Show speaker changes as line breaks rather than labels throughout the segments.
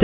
จ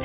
แถ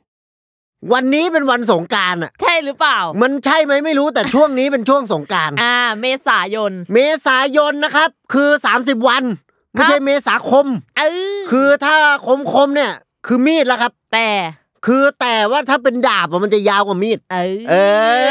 วันนี้เป็นวันสงกรารอ่ะ
ใช่หรือเปล่า
มันใช่ไหมไม่รู้แต่ ช่วงนี้เป็นช่วงสงกราร
อ่า เมษายน
เมษายนนะครับ คือ 30 วัน ไม่ใช่
ครับ
เมษาคม
เออ
คือถ้าคมคมๆเนี่ยคือมีดแล้วครับ
แต่
คือแต่ว่าถ้าเป็นดาบอะมันจะยาวกว่ามีด
เออ
เอ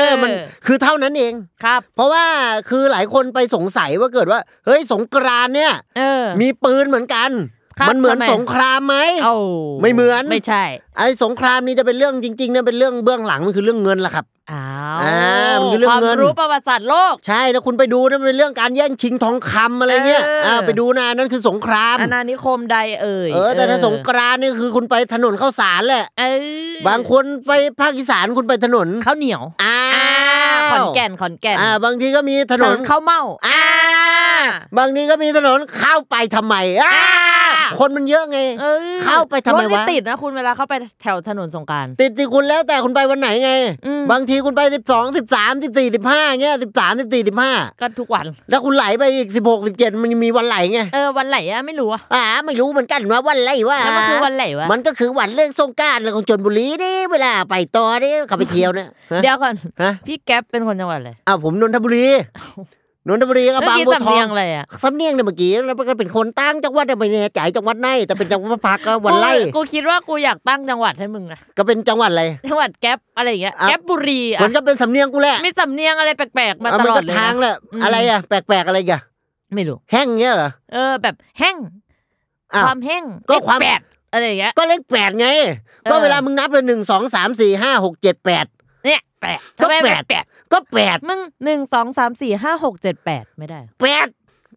อ มันคือเท่านั้นเอง
ครับ
เพราะว่าคือหลายคนไปสงสัยว่าเกิดว่า เฮ้ยสงกรานต์เนี่ย
เออ
มีปืนเหมือนกัน
ครับ
มันเหมือน
ทำไม
สงครามไหม
เอ้า
ไม่เหมือน
ไม่ใช่
ไอ้สงครามนี่จะเป็นเรื่องจริงๆเนี่ยเป็นเรื่องเบื้องหลังมันคือเรื่องเงินล่ะครับ
อ้าว
อ่ามันคือเรื่องเงิน
ความรู้ประวัติศาสตร์โลก
ใช่แล้วคุณไปดูนะมันเป็นเรื่องการแย่งชิงทองคำอะไรเงี้ย
เอออ่
อ่าไปดูนะอันนั่นคือสงคราม
อาณานิคมใดเอ่ย
เออแต่ถ้าสงกรานต์นี่คือคุณไปถนนข้าวสารแหละ
เออบ
างคนไปภาคอีสานคุณไปถนน
ข้าวเหนียว
อ้า
อ่าว ขอนแก่นขอนแก่น
อ่าบางทีก็มีถ
ถ
น
น
น
นข้าวเม่า
อ่าบางทีก็มีถนนเข้าไปทำไมอ่า
อ่า
คนมันเยอะไง
เออ
เข้าไปทำไมวะ
รถนี่ติดนะคุณเวลาเข้าไปแถวถนนสงกราร
ติดสิคุณแล้วแต่คุณไปวันไหนไง
อืม
บางทีคุณไปสิบสองสิบสามสิบสี่สิบห้าเงี้ยสิบสามสิบสี่สิบห้า
ก็ทุกวัน
แล้วคุณไหลไปอีกสิบหกสิบเจ็ดมันมีวันไหลไง
เออวันไหนอะไม่รู้อะ
อ่าไม่รู้เหมือนกันว่าวันไหลว่า
แล้วมันคือวันไหนวะ
มันก็คือวันเรื่องสงกรารเรื่องของชนบุรีนี่เวลาไปต่อนี่เขาไปเที่ยวเนี่ยฮะ
เดี๋ยวก่อน
ฮะ
พี่แก๊ปเป็นคนจังหวัดอะไร
อ้าวผมนนทบุรีนนทบุรี
เมื่อบ
ก็าง
กี้
บัว
สำ
ทอ
เนีย
ง
งอะไรอะ
สำเนียงเนี่ยเมื่อกี้แล้วก็เป็นคนตั้งจังหวัดเนี่ยไม่แน่ใจจังหวัดไหนแต่เป็นจังหวัดพักก็วันไล่
กูกูคิดว่ากูอยากตั้งจังหวัดให้มึงนะ
ก็เป็นจังหวัดอะไร
จังหวัดแก๊ปอะไรอย่างเงี้ย
อ่ะ
แก๊ปบุรีอะ
มันก็เป็นสำเนียงกูแหละ
มีสำเนียงอะไรแปลกๆ มา
อ่ะ
ตลอด
น
เล
ก็
ย
ทาง
นะ
แหละ
อืม
อะไรอ่ะแปลกๆอะไรอ่ะ
ไม่รู้
แห้งเงี้ยเหรอ
เออแบบแห้ง
อ้าว
ความแห้ง
ก็ความ
แปดอะไรอย่างเงี้ย
ก็เลขแปดไง ก็
เออ
เวลามึงนับเลยหนึ่งสองสามสี่ห้าหกเจ็ดแปด
เนี่ยแปด
ก็
ทำไมมัน
แปด ก็แปด
มึงหนึ่งสองสามสี่ห้าหกเจ็ดแปดไม่ได้
แปด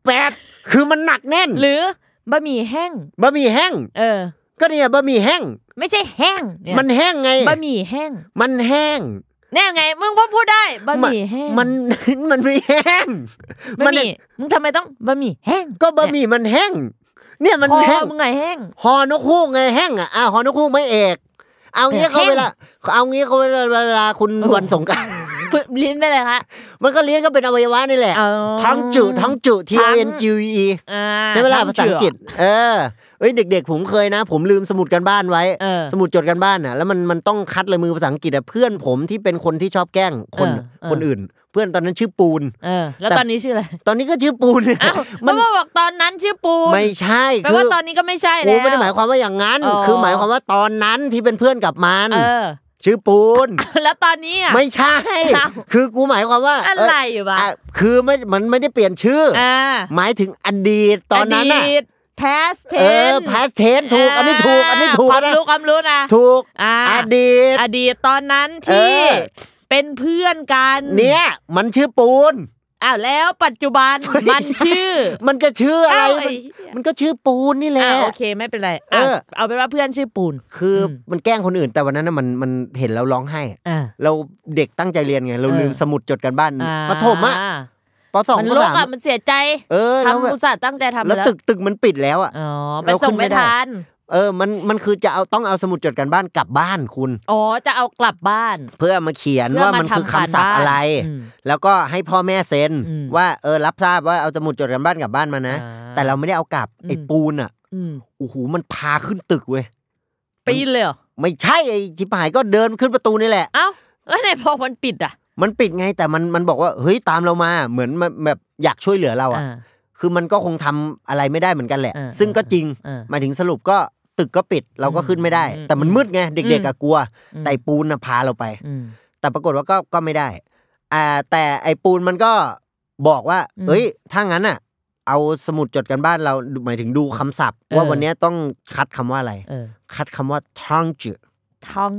แปดคือมันหนักแน่น
หรือบะหมี่แห้ง
บะหมี่แห้ง
เออ
ก็เนี่ยบะหมี่แห้ง
ไม่ใช่แห้งเย
มันแห้งไง
บะหมี่แห้ง
มันแห้ง
แน่ไงมึงก็พูดได้บะหมี่แห้ง
มัน มันไม่แห้ง
บะหมี่มึงทำไมต้องบะหมี่แห้ง
ก็บะหมี่มันแห้ง เนี่ยมัน
คอ
แห้ง
มึงไงแห้ง
ฮอนกฮูกไงแห้งอ่ะอ้าวฮอนกฮูกไม่เอก เอางี้เขา
แห้ง
เวลาเอางี้เขาเวลาเวลาคุณวันสงกราร
ฝึกลิ้นไปเลยค่ะ
มันก็เลี้ยงก็เป็นอวัยวะนี่แหละ
อ๋อ
ทั้งจืดทั้งจืด T O
ทั้
N
ง
G U E
อ่า
ใช่ไหมล่ะ
ทั้
ภาษาอังกฤษ
จืด
เออเอ้ยเด็ก ๆ ผมเคยนะ ผมลืมสมุดกันบ้านไว้
เออ
สมุดจดกันบ้านน่ะแล้วมันมันต้องคัดลายมือภาษาอังกฤษอะเพื่อนผมที่เป็นคนที่ชอบแกล้งคน
เออเออ
คนอื่น เพื่อนตอนนั้นชื่อปูน
เออ แล้ว
แต่
ตอนนี้ชื่ออะไร
ตอนนี้ก็ชื่อปูนเนี่ย
อ้าว
มั
เมื่
น
อบอกตอนนั้นชื่อปูน
ไม่ใช่
แปล
คื
ว่า
อ
ตอนนี้ก็ไม่ใช่
ปู
แล้ว
ไม่ได้หมายความว่าอย่างนั้น
อ๋อ
คือหมายความว่าตอนนั้นที่เป็นเพื่อนกับมัน
เออ
ชื่อปูน
แล้วตอนนี้อ่ะ
ไม่ใช่
อ้าว
คือกูหมายความว่า
อะไรวะ
เอ่อคือไม่มันไม่ได้เปลี่ยนชื่ออ
อ่า
หมายถึงอดีตตอนนั้น
อ
น่ะ
ดีต past
เอ
tense
อ past tense ถูกอันนี้ถูกอันนี้ถูก
ความ
นะ
รู้ความรู้นะ
ถูก
อ่า
อดีต
อดีตตอนนั้น
เออ
ที่เป็นเพื่อนกัน
เนี่ยมันชื่อปูน
อ้าวแล้วปัจจุบัน
ไม่ใช่
มันชื่อ
มันก็ชื่ออะไร
เา
มัน
ไอ้
มันก็ชื่อปูนนี่แห
อ่า
ละ
โอเคไม่เป็นไร
เออ
ะเอาเป็นว่าเพื่อนชื่อปูน
คืออ
ม
มันแกล้งคนอื่นแต่วันนั้นน่ะมันมันเห็นแล้วร้องไห้อะ
อ่า
เราเด็กตั้งใจเรียนไง เรา
เออ
ลืมสมุดจดกันบ้าน
อ่า
ประถมอะปสอง
มัน
ป
โลก
สาม
อะมันเสียใจ
เออแล้ว
ทำอุตส่าห์ตั้งใจทำ
แล้ว
มา
ตึกตึกมันปิดแล้วอะ
อ๋อไป
เราขึ้
ส่ง
นไม่
ไม่
ได้
ทัน
เออมันมันคือจะเอาต้องเอาสมุดจดกันบ้านกลับบ้านคุณ
อ๋อ จะเอากลับบ้าน
เพื่อมาเขียน
เพื่
ว่า
มา
มันคือ
ทำ
คำศัพท์
กา
อะไร
บ้านม
แล้วก็ให้พ่อแม่เซ็น
อืม
ว่าเออรับทราบว่าเอาสมุดจดกันบ้านกลับบ้านมานะ
อ่า
แต่เราไม่ได้เอากลับไอ้
อืม
ปูนอะ
อืม
โอ้โหมันพาขึ้นตึกเว้ย
ปีนเลยเหรอ
ไม่ใช่ไอ้จิ๋หายก็เดินขึ้นประตูนี่แหละ
เอ้าแล้วไหนพอมันปิดอ่ะ
มันปิดไงแต่มันมันบอกว่าเฮ้ยตามเรามาเหมือนมันแบบอยากช่วยเหลือเราอะ
อ่า
คือมันก็คงทำอะไรไม่ได้เหมือนกันแหละ
เออ
ซึ่งก็จริง
เออเออ
หมายถึงสรุปก็ ตึกก็ปิดเราก็ขึ้นไม่ได้
อืม
แต่มันมืดไงเด็กๆอะกลัว
อืม
แต่ไอ้ปูนน่ะพาเราไป
อืม
แต่ปรากฏว่าก็ก็ไม่ได้ อ่า แต่ไอ้ปูนมันก็บอกว่า
อืม
เอ้ย ถ้างั้นอ่ะ เอาสมุดจดกันบ้านเราหมายถึงดูคำศัพท์
เออ
ว่าวันเนี้ยต้องคัดคำว่าอะไร
เออ
คัดคำว่าทางจื
ท้อง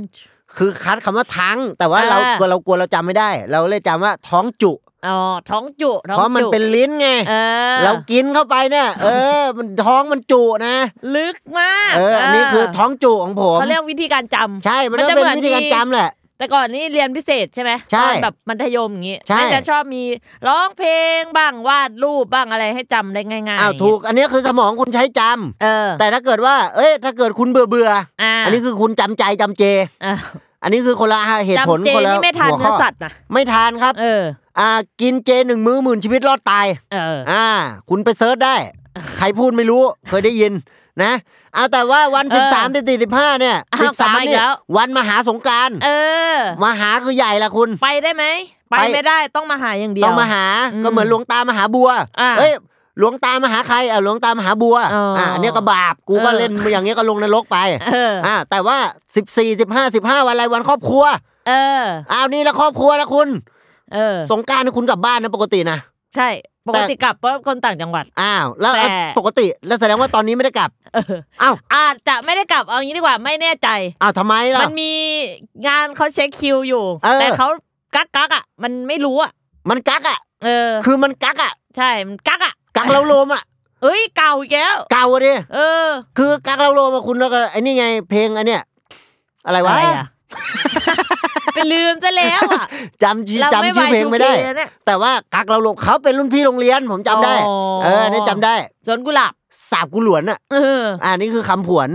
คือคัดคำว่าทั้ง แต่ว่า
อ่า
เรากลัวเรากลัวเราจำไม่ได้ เราเลยจำว่าท้องจุ
อ๋อท้องจุท้อง
เพราะมัน
จุ
เป็นลิ้นไง
เออ
เรากินเข้าไปเนี่ยเออ มันท้องมันจุนะ
ลึกมาก
เออ อันนี้คือท้องจุของผม
เขาเรียกวิธีการจำ
ใช่ มัน
มัน
ต้อ
จะ
งเป็น
เหมือน
วิธีการ
มี
จำแหละ
แต่ก่อนนี่เรียนพิเศษใช่ไหม
ใช่
ตอนแบบมัธยมอย่างงี้
ใช่
มันจะชอบมีร้องเพลงบ้างวาดรูปบ้างอะไรให้จำได้ง่ายๆ
อ้าวถูก อันนี้คือสมองคุณใช้จำ
เออ
แต่ถ้าเกิดว่า เอ้ย ถ้าเกิดคุณเบื่อเบื่อๆ
อ่า
อันนี้คือคุณจำใจจำเจ
อ่ะ
อันนี้คือคนละเหตุผล
จำเจ
คนละ
นี่ไม่ทาน
หัวข้
เนื้อสัตว์นะ
ไม่ทานครับ
เออ
อ่า กินเจหนึ่งมื้อหมื่นชีวิตรอดตาย
เออ
อ่า คุณไปเซิร์ชได้ ใครพูดไม่รู้ เคยได้ยินนะอ่าแต่ว่าวัน
เอ
สิ
อบ
สามถึงสี่สิบห้าเนี่ย
อ้าว
สิบ
กลับ
สาม
มาอีก
เนี่ย
แล้ว
วันมหาสงกราร
เออ
มหาคือใหญ่ละคุณ
ไปได้ไหมไป
ไป
ไม่ได้ต้องมาหาอย่างเดียว
ต้องมาหา
อืม
ก็เหมือนหลวงตามหาบัว
อ่า
เอ้ย หลวงตามหาใครอ่ะหลวงตามหาบัว
อ๋ออ่
ะเนี่ยก็บาป กูก็
เออ
เล่นอย่างเงี้ยก็ลงนรกไป
เออ
อ่าแต่ว่า 14 15 15 วันอะไรวันครอบครัว
เออ
อ้าวนี่แล้วครอบครัวแล้วคุณ
เออ
สงกรารนี่คุณกลับบ้านนะปกตินะ
ใช่ ปกติกลับเพราะคนต่างจังหวัด
อ้าวแล้ว
แต่
ปกติแล้วแสดงว่าตอนนี้ไม่ได้กลับ
เออ
อ้าว
อาจจะไม่ได้กลับเอางี้ดีกว่าไม่แน่ใจ
อ้าวทำไมล่ะ
มันมีงานเขาเช็คคิวอยู่
เออ
แต่เขากักกักๆอ่ะ มันไม่รู้อ่ะ
มันกักอ่ะ
เออ
คือมันกักอ่ะ
ใช่ มันกักอ่ะ
กักเราโลมอ่ะ
เอ้ยเก่าอีกแล้ว
เก่าอะดิ
เออ
คือกักเราโลมอะคุณแล้วก็ไอ้นี่ไงเพลงอันเนี้ยอะไรวะ
อรอะไปลืมซะแล้วอ่ะ
จำชื่อ
เราไม่
จำชื่อเพลงไม่ได้
วาย 2K เนี่ย
แต่ว่ากักเราโลมเขาเป็นรุ่นพี่โรงเรียนผมจำได้
อ๋อ
เออเนี่ยจำได้
สวนกุหลาบ
สาบกุหลวนอ่ะ
เออ
อ่านี่คือคำผ วน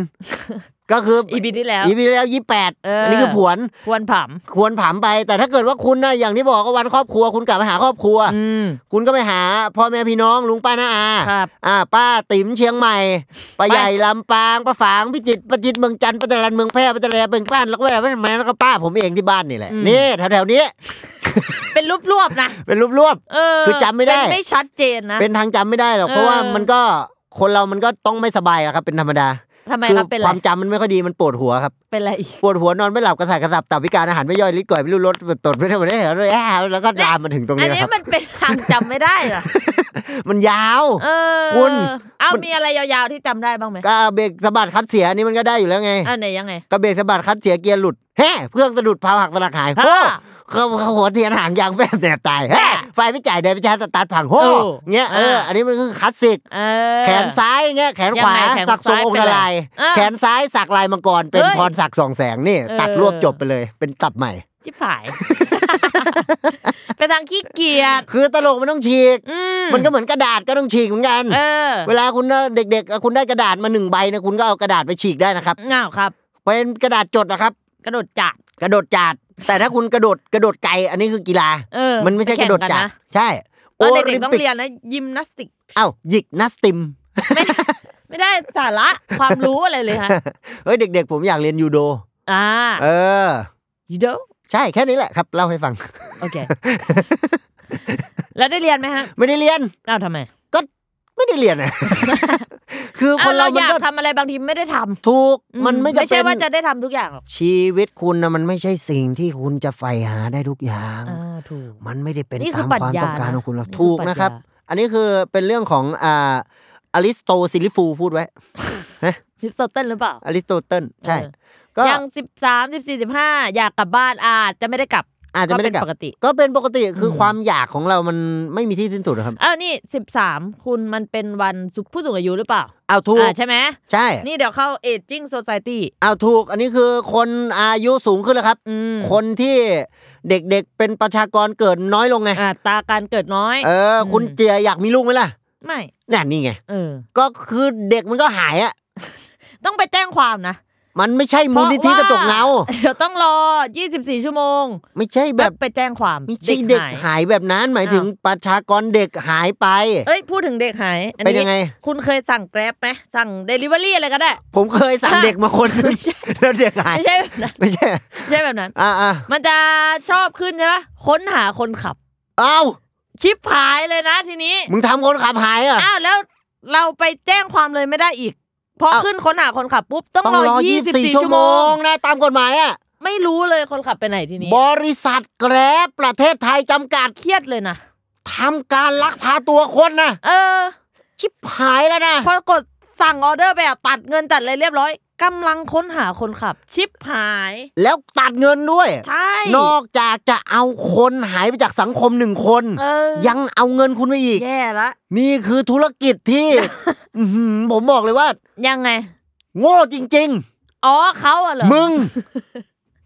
ก็คือ
อีพีที่แล้ว
อีพีแล้วยี่แปด
เอออั
อันนี้คือผวน
ควรผำ
ควรผามไปแต่ถ้าเกิดว่าคุณนะอย่างที่บอกว่าวันครอบครัว คุณกลับไปหาครอบครัว
อืม
คุณก็ไปหาพ่อแม่พี่น้องลุงป้าน้าอา
ครับ
อ่า ป้าติ๋มเชียงใหม่ป้า
ไป
ใหญ่ลำปางป้าฝางพิจิตรป้าจิตรเมืองจันทร์ป้าตะลันเมืองแพร่ป้าตะแลเมืองป้านแล้วก็แม่แม่แล้วก็ป้าผมเองที่บ้านนี่แหละนี่แถวๆนี้
เป็นรูปรวบๆนะ
เป็นรูปรวบ
เออ
คือจำไม่ได้
เป็นไม่ชัดเจนนะ
เป็นทางจำไม่ได้หรอก
เออ
เพราะว่ามันก็คนเรามันก็ต้องไม่สบายอะครับเป็นธรรมดา
ทำไม
คื
ครับเป็น
ค
ไร
วามจำมันไม่ค่อยดีมันปวดหัวครับ
เป็นอะไรอีก
ปวดหัวนอนไม่หลับกระสายกระสับตับพิการอาหารไม่ย่อยลิ้นก่อยไม่รู้รสตดไม่ได้หมดได้เหรอแล้วก็ลามมาถึงตรง
อัน
นี้แหละ
นี้
ครับ
มันเป็นทางจำไม่ได้เหรอ
มันยาว
เออ
คุณ
เอ้ามีอะไรยาวๆที่จำได้บ้างไหม
ก็เบรกสะบัดคัดเสียอันนี่มันก็ได้อยู่แล้วไง
อันไหนยังไง
ก็เบรกสะบัดคัดเสียเกียร์หลุดแฮ่เพื่องสะดุดพาวหักสลักหายโอ้
ฮ่า
เขาหัวเทียนหางยางแฟบแดดตายแฮ่ไฟไม่จ่ายเดินไปชาร์จสตาร์ทพังโอ้
โอ้
เงี้ยเออ
อ่า
อันนี้มันคือคลาสสิก
เออ
แขนซ้ายเงี้ยแขนขวาย
งไงแขน
สักทรง
ซ้าย
องค์ละลาย
เป็นอะไร
แขนซ้ายสักลายมังกรเป็น
เฮ้ย
พรสักสองแสงนี่
เออ
ตัดรวบจบไปเลย เป็นตับใหม่
จิ๋ผาย เป็นทางขี้เกียจ
คือตลกมันต้องฉีก
อื
มันก็เหมือนกระดาษก็ต้องฉีกเหมือนกัน
เออ
เวลาคุณเด็กๆคุณได้กระดาษมาหนึ่งใบนะคุณก็เอากระดาษไปฉีกได้นะครับ
เงาครับ
เป็นกระดาษจดนะครับ
กระโดดจัด
กระโดดจัดแต่ถ้าคุณกระโดดกระโดดไกลอันนี้คือกีฬา
เออ
มันไม่ใช่กระโดดจัด
ไปแข่งนนะ
ใช่
ตอนเด็กๆต้องเรียนนะยิมนาสติก
เอ้าหยิกนัสติม
ไม่ได้ไม่ได้สาระ ความรู้อะไรเลยฮะ
เฮ้ยเด็ก ๆ ผมอยากเรียนยูโด
อ่า
เออ
ยูโด
ใช่แค่นี้แหละครับ เล่าให้ฟัง
โอ เค แล้วได้เรียนไหมฮะ
ไม่ได้เรียน
อ้าวทำไม
ก็ไม่ได้เรียนอะ คือค
อ้าวน เรา
เรา
อ
มัน
ยาก
ก็
ทำอะไรบางทีไม่ได้ทำ
ถูก
อื
มันไม่จำ
ไม่
เป็
ใช่ว่าน จะได้ทำทุกอย่างหรอก
ชีวิตคุณนะมันไม่ใช่สิ่งที่คุณจะใฝ่หาได้ทุกอย่าง
อ่าถูก
มันไม่ได้เป็น
นี่คื
ตา
อ
ม
ปรัช
ความ
ญา
ต้องการ
นะ
ของคุณหรอก
นี่คือ
ถูก
ปรัชญา
นะครับ อันนี้คือเป็นเรื่องของอ่าอริสโตซิลิฟูพูดไว้
ฮิสโตเติลหรือเปล่า
อริสโตเติลใช่
เออ
ก็
ยังสิบสามสิบสี่สิบห้าอยากกลับบ้านอาจจะไม่ได้กลับ
อาจจะไม่ได้กลับ
เป็นปกติ
ก็เป็นปกติคืออ
ม
ความอยากของเรามันไม่มีที่สิ้นสุดหรอกครับ
อ้าวนี่สิบสามคุณมันเป็นวันสุขผู้สูงอายุหรือเปล่า
เอาถูก
อ่าใช่ไหม
ใช่
นี่เดี๋ยวเข้า aging society
เอาถูกอันนี้คือคนอายุสูงขึ้นแล้วครับ
อืม
คนที่เด็กๆเป็นประชากรเกิดน้อยลงไง
อ่าตราการเกิดน้อย
เอออ
ม
คุณเจียอยากมีลูกไหมล่ะ
ไม่
นั่นนี่ไง
เออ
ก็คือเด็กมันก็หายอ่ะ
ต้องไปแจ้งความนะ
มันไม่ใช่มูลนิธิกระจกเงา
เดี๋ยวต้องรอ 24 ชั่วโมง
ไม่ใช่แบ
แบบ บไปแจ้งความ
ไม่ใช่เด็ก
หาย
หายแบบนั้นหมายถึงประชากรเด็กหายไป
เอ้ย พูดถึงเด็กหาย อัน
เป็น
นี้
ยังไง
คุณเคยสั่งแกร็บไหมสั่งเดลิเวอรี่อะไรก็ได้
ผมเคยสั่ง
อ่ะ
เด็กมาคนนึ
ไม่
ง
ใช่
แล้วเด็กหาย
ไม่ใช่แบบนั้น
ไม่ใช่
ไม่ใช่แบบนั้น
อ่ะอ่ะ
มันจะชอบขึ้นใช่ปะค้นหาคนขับ
เอ้า
ชิปหายเลยนะทีนี้
มึงทำคนขับหายอ่ะ
อ้าวแล้วเราไปแจ้งความเลยไม่ได้อีก พอขึ้นค้นหาคนขับปุ๊บต้อง
ต้อง
ร
ร
อ
อ
24
24
ชั่
ชั่
ว
ว
โม
โม
ง
งนะตามกฎหมายอ่ะ
ไม่รู้เลยคนขับไปไหนทีนี้
บริษัทแกรบประเทศไทยจำกัด
เครียดเลยนะ
ทำการลักพาตัวคนนะ
เออ
ชิบหายแล้วนะ
พอกดสั่งออเดอร์ไปอะตัดเงินตัดอะไรเรียบร้อยกำลังค้นหาคนขับ ชิปหาย
แล้วตัดเงินด้วย
ใช่
นอกจากจะเอาคนหายไปจากสังคมหนึ่งคน
เออ
ยังเอาเงินคุณไปอีก
แย่ละ
นี่คือธุรกิจที่ อื้อหือผมบอกเลยว่า
ยังไง
โง่จริง
อ๋อเขาอะเหรอ
ๆ มึง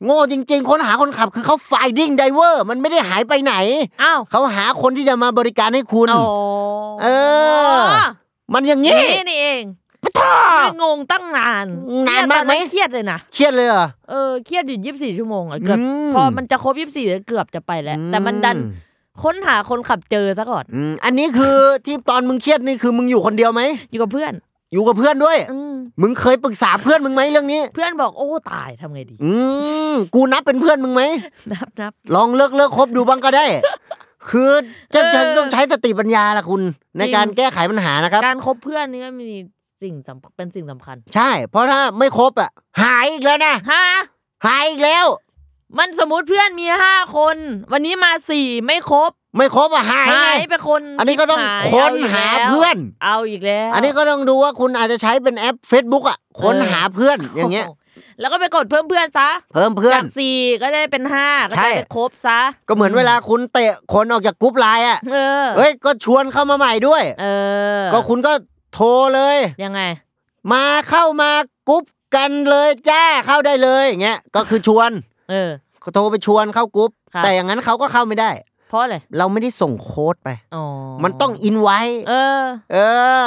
โง่จริง ๆ ค้นหาคนขับคือเขา finding driver มันไม่ได้หายไปไหน
อ้าว
เขาหาคนที่จะมาบริการให้คุณ
อ๋อ
เออ มันอย่างนี้
นี่นี่เอง
ปะท้อ
ไม่งงตั้งนาน
นานมากไหม
เครียดเลยนะ
เครียดเลยเหรอ
เออเครียดอยู่ยี่สิบสี่ชั่วโมงอะเกือบ
อืม
พอมันจะครบยี่สิบสี่เกือบจะไปแล้ว แต่มันดัน
อื
ค้นหาคนขับเจอซะก่อน
อืมอันนี้คือ ที่ตอนมึงเครียดนี่คือมึงอยู่คนเดียวไหม
อยู่กับเพื่อน
อยู่กับเพื่อนด้วย
อืม
มึงเคยปรึกษาเพื่อนมึงไหมเรื่องนี้
เพื่อนบอกโอ้ตายทำไงดี
อืมกูนับเป็นเพื่อนมึงไหม
นับนับ
ลองเลิกเลิกคบดูบ้างก็ได้ คือจะ
เออ
จะต้องใช้สติปัญญาละคุณ ใน
จริง
การแก้ไขปัญหานะครับ
การคบเพื่อนนี่ก็มีสิ่งสำเป็นสิ่งสำคัญ
ใช่ เพราะถ้าไม่ครบอ่ะ หายอีกแล้วนะ
ฮะ
หายอีกแล้ว
มันสมมติเพื่อนมีห้าคน วันนี้มาสี่ไม่ครบ
ไม่ครบอ่ะหายไง
หายไปคน
อันนี้ก็ต้อง
ย
ค้นหา
แล้ว
เพื่อน
เอาอีกแล้ว
อันนี้ก็ต้องดูว่าคุณอาจจะใช้เป็นแอป Facebook อ่ะ ค้นหาเพื่อนอย่างเงี้ย
โโหแล้วก็ไปกดเพิ่มเพื่อนซะ
เพิ่มเพื่อน
จากสี่ก็ได้เป็นห้าก็
ใช่
ได้เป็นครบซะ
ก็เหมือนเวลาคุณเตะคนออกจากกรุ๊ปไลน์อ่ะ
เออ
เฮ้ย ก็ชวนเข้ามาใหม่ด้วย
เออ
ก็คุณก็โทรเลย
ยังไง
มาเข้ามากรุ๊ปกันเลยจ้าเข้าได้เลยอย่างเงี้ย ก็คือชวน
เออ
เขาโทรไปชวนเข้ากรุ๊ป
ครับ
แต่อย่างนั้นเขาก็เข้าไม่ได้
เพราะอะไร
เราไม่ได้ส่งโค้ดไป
อ๋อ
มันต้องอินไว้
เออ
เออ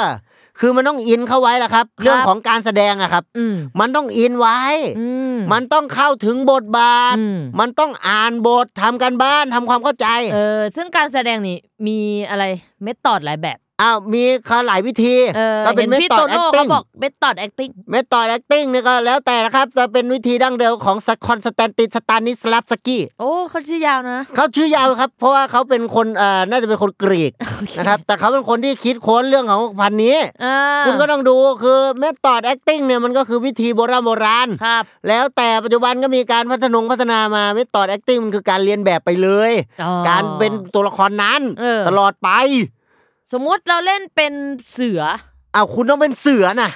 คือมันต้องอินเข้าไว้ละครับ เรื่องของการแสดงอะครับ
อืม
มันต้องอินไว้
อืม
มันต้องเข้าถึงบทบาท
อืม
มันต้องอ่านบททำกันบ้านทำความเข้าใจ
เออ ซึ่งการแสดงนี่มีอะไรเมธอดหลายแบบ
อ้าวมีเขาหลายวิธี
เออ
ก็เป็น
ห็
เม
พี่
ตอ
โต
ดแอ
โน่
ค
เขา
ติ้ง
บอกเมธอด acting
เมตอดแอคติ้งนี่ก็แล้วแต่นะครับจะเป็นวิธีดั้งเดิมของสคอนสแตนตินสตานิสลาฟสกี้
โอ้เขาชื่อยาวนะ
เขาชื่อยาวครับ เพราะว่าเขาเป็นคนเอ่อน่าจะเป็นคนกรีก นะครับ แต่เขาเป็นคนที่คิดค้นเรื่องของพันธุ์นี้
เออ
คุณก็ต้องดูคือเมธอดแอคติ้งเนี่ยมันก็คือวิธีโบราณโบราณ
ครับ
แล้วแต่ปัจจุบันก็มีการพัฒนงพัฒนามาเมธอดแอคติ้งมันคือการเรียนแบบไปเลย
อ๋อ
การเป็นตัวละครนั้น
เออ
ตลอดไป
สมมุติเราเล่นเป็นเสือ
อ้าวคุณต้องเป็นเสือนะ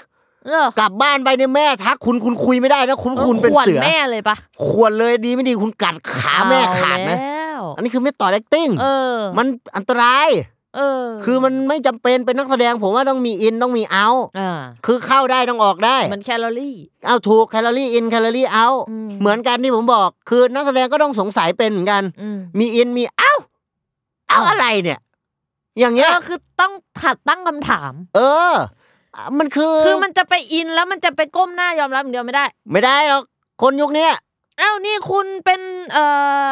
เออก
ลับบ้านไปในยแม่ทักคุณคุณคุยไม่ได้นะคุณคุณเป็นเสือ
ขวนแม่เลยปะ
ควรเลยดีไม่ดีคุณกัดขาแม่ขาดนะ
เอแล้ว
อันนี้คือเมธอดแอคติ้ง
เออ
มันอันตราย
เออ
คือมันไม่จำเป็นเป็นนักแสดงผมว่าต้องมีอินต้องมีเอา
อ่า
คือเข้าได้ต้องออกได้
มันแคลอรี่
เอาถูกแคลอรี่อินแคลอรี่เอา
อืม
เหมือนกันที่ผมบอก คือนักแสดงก็ต้องสงสัยเป็นเหมือนกัน
อืม
มีอินมีเอาเอาอะไรเนี่ย อย่างเงี้ย
ก็คือต้องถัดตั้งคำถาม
เออ มันคือ
คือมันจะไปอินแล้วมันจะไปก้มหน้ายอมรับอย่างเดียวไม่ได้
ไม่ได้หรอกคนยุคเนี้ย
อ้าวนี่คุณเป็นเอ่อ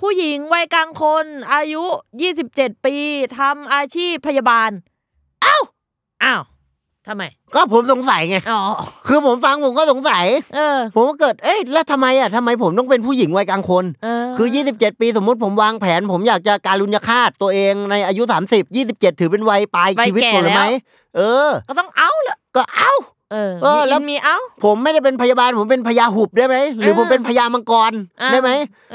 ผู้หญิงวัยกลางคน อายุ 27 ปีทำอาชีพพยาบาลอ้าวอ้าวทำไม
ก็ผมสงสัยไง
อ๋อ
คือผมฟังผมก็สงสัย
เออ
ผมก็เกิดเอ๊ะแล้วทำไมอ่ะทำไมผมต้องเป็นผู้หญิงวัยกลางคน
เออ
คือ 27 ปีสมมุติผมวางแผน ผมอยากจะการุญยฆาตตัวเองในอายุ 30 27 ถือเป็นวัยปลายชีวิตผมเลยไหมเออ
ก็ต้องเอาละ
ก็เอ้า
เออ
เออ
มี
แล้ว
มีเอา
ผมไม่ได้เป็นพยาบาล ผมเป็นพยาหุบได้ไหม หรือ
เออ
ผมเป็นพยามังกร
อ่ะ
ได้ไหม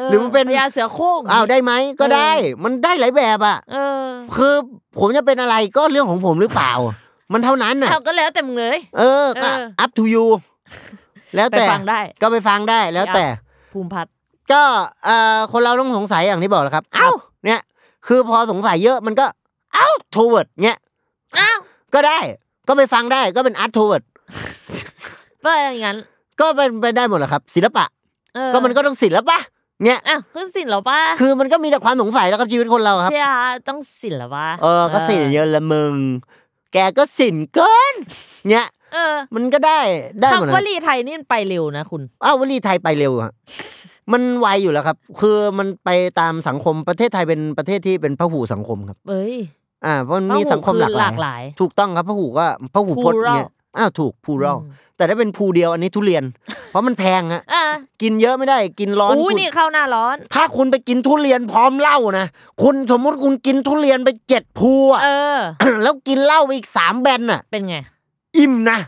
หรือมันเป็น
พญาเสือโคร่ง
อ้าวได้ไหมก็ได้ มันได้หลายแบบอ่ะ
เออ
คือผมจะเป็นอะไรก็เรื่องของผมหรือเปล่า มันเท่านั้นน่ะ
เอาก็แล้วแต่มึงเลย
เออก็
เออ
up to you แล้ว
ไป
แต่
ฟังได้
ก็ไปฟังได้แล้วแต่
ภูมิพัฒน์
ก็เอ่อคนเราต้องสงสัยอย่างที่บอกแหละครับ
ครับ
เอ้า เนี่ย คือพอสงสัยเยอะมันก็ เอ้าโทเวิร์ดเนี่ย
อ้าว
ก็ได้ ก็ไปฟังได้ ก็เป็นอาร์ตโทเวิร์ด
ก็อย่างนั้น
ก็เป็นไปได้หมดแหละครับ ศิลปะ
เออ
ก็มันก็ต้องศิลปะเนี่ย
อ้าวคือศิลปะ
คือมันก็มีแต่ความสงสัยแล้วครับชีวิตคนเราครับ
เชียต้องศิลปะ
เออ ก็สินเยอะละมึง แกก็สินเกิน เนี่ย
เออ
มันก็ได้ ได้หมด
คำว
นะ
ลีไทยนี่มันไปเร็วนะคุณ
อ้าววลีไทยไปเร็วอะมันไวอยู่แล้วครับ คือมันไปตามสังคม ประเทศไทยเป็นประเทศที่เป็นพหูสังคมครับ
เอ้ย
อ่า เพราะมันมีสังคมหลากห
ห
ลา
ลาย กหลาย
ถูกต้องครับพหูก็พหูพจน์
Plural
เนี่ยอ้าวถูกพูรอล
อืม
แต่ถ้าเป็นภูเดียวอันนี้ทุเรียน เพราะมันแพงอะ
อ่ะ
กินเยอะไม่ได้กินร้อน
อู้
คุณ
นี่เข้าหน้าร้อน
ถ้าคุณไปกินทุเรียนพร้อมเหล้านะคุณสมมติคุณกินทุเรียนไปเจ็ดภูอะ
เออ
แล้วกินเหล้าไปอีกสามแบนน่ะ
เป็นไง
อิ่มนะ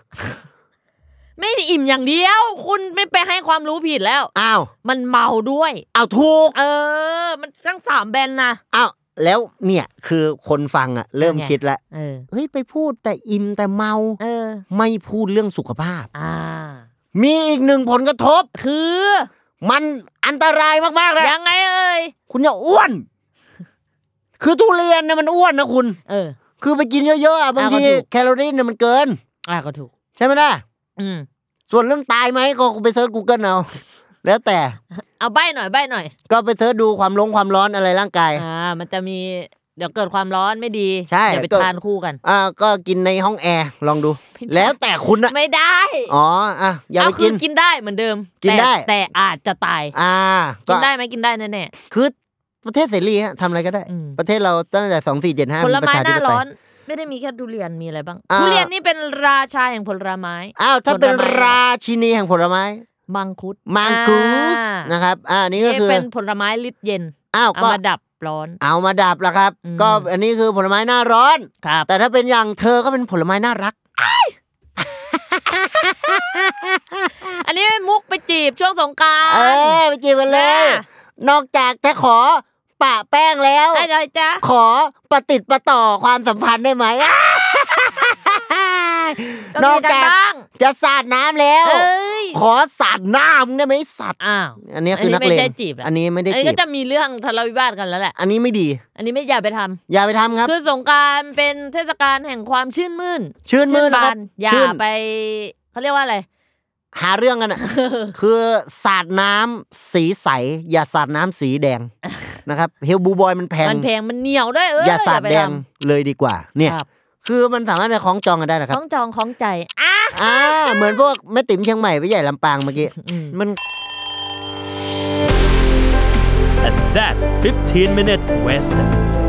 ไม่ได้อิ่มอย่างเดียว คุณไม่ไปให้ความรู้ผิดแล้ว
อ้าว
มันเมาด้วย
เอาถูก
เออ มันตั้งสามแบนนะ
อ้าว แล้วเนี่ยคือคนฟังอ่ะ เริ่ม
เป็นไง
คิดแล้ว
เออ
เฮ้ยไปพูดแต่อิ่มแต่เมา
เออ
ไม่พูดเรื่องสุขภาพ
อ่า
มีอีกหนึ่งผลกระทบ
คือ
มันอันตรายมากๆเลย
ยังไงเอ่ย
คุณจะอ้วน คือทุเรียนเนี่ยมันอ้วนนะคุณ
เออ
คือไปกินเยอะๆอะบางที
อ่าก็ถูก
แคลอรี่เนี่ยมันเกิน
อ่าก็ถูก
ใช่ไหมล่ะ
อืม
ส่วนเรื่องตายไหมก็ไปเซิร์ช Google เอา แล้วแต่
เอาใบหน่อยใบหน่อย
ก็ไปเซิร์ชดูความร้อนความร้อนอะไรร่างกาย
อ่า มันจะมี เดี๋ยวเกิดความร้อนไม่ดี
ใช่
อย่าไป
ก็
ทานคู่กัน
อ่าก็กินในห้องแอร์ล องดู
ไม่ได้
แล้วแต่คุณอะ
ไม่ได้
อ๋ออ่ะอย่า
เอา
ไป
คื
กิ
อน กินได้เหมือนเดิม
กิน
แต่
ได้
แต่อาจจะตาย
อ่า
กิ
ก็
นได้ไหมกินได้แน่แน่
คือประเทศเสรีฮะทำอะไรก็ได้
อืม
ประเทศเราตั้งแต่สองสี่เจ็ดห้า
ๆผล
ประ
ไม้
ชา
ห
ธิ
น้า
ปไต
ร้อย น ไม่ได้มีแค่ทุเรียนมีอะไรบ้าง
อ่า
ทุเรียนนี่เป็นราชาแห่งผลไม้
อ้าวถ้าเป็น
ผลไม้
ราชินีแห่งผลไม้
มังคุด
มังกุส
อ่า
นะครับ อ่านี่ก็
นี่
คือ
เป็นผลไม้ลิดเย็น
อ้าว
เอา
ก็
มาดับร้อน
เอามาดับละครับ
อืม
ก็อันนี้คือผลไม้หน้าร้อน
ครับ
แต่ถ้าเป็นอย่างเธอก็เป็นผลไม้น่ารัก
อันนี้เป็นมุกไปจีบช่วงสงกราร
เออไปจีบกันเลย นอกจากจะขอปะแป้งแล้ว
ได้ๆจ้ะ
ขอปะติดปะต่อความสัมพันธ์ได้ไหม น
ต้
อ
อง
ก
มีดัง
จาก
บ้าง
จะสาดน้ำแล้ว
เอ้ย
ขอสาดน้ำได้ไหมสัตว์
อ้าว
อันนี้คือ
อั
นั
น
ก
นี้
เล
ไม่
ง
ใช่จีบอะ
อันนี้ไม่ได้
อันนี้
จีบ
ก็จะมีเรื่องทะเลาะวิวาทกันแล้วแหละ
อันนี้ไม่ดี
อันนี้ไม่อย่าไปทำ
อย่าไปทำครับ
คือสงกรารเป็นเทศกาลแห่งความชื่นมื่น
ชื่นมือนะ
บา
ครับ
นอย่า
ชื่น
ไปเขาเรียกว่าอะไร
หาเรื่องกันอ่ะ คือสาดน้ำสีใส อย่าสาดน้ำสีแดงนะครับเฮลบูบอยมันแพง
มันแพงมันเหนียวด้วยเอออย่
อาสาด
ไป
แดง
ทำ
เลยดีกว่า เนี่ย
ครับ
คือมันสามารถจะคล้องจองกันได้นะครั
ข
บ
องจองของใจอ่ะ
อ่าเหมือนพวกแม่ติ๋มเชียงใหม่ไปใหญ่ลำปางเมื่อกี้
อืม
มัน
and that's 15 minutes west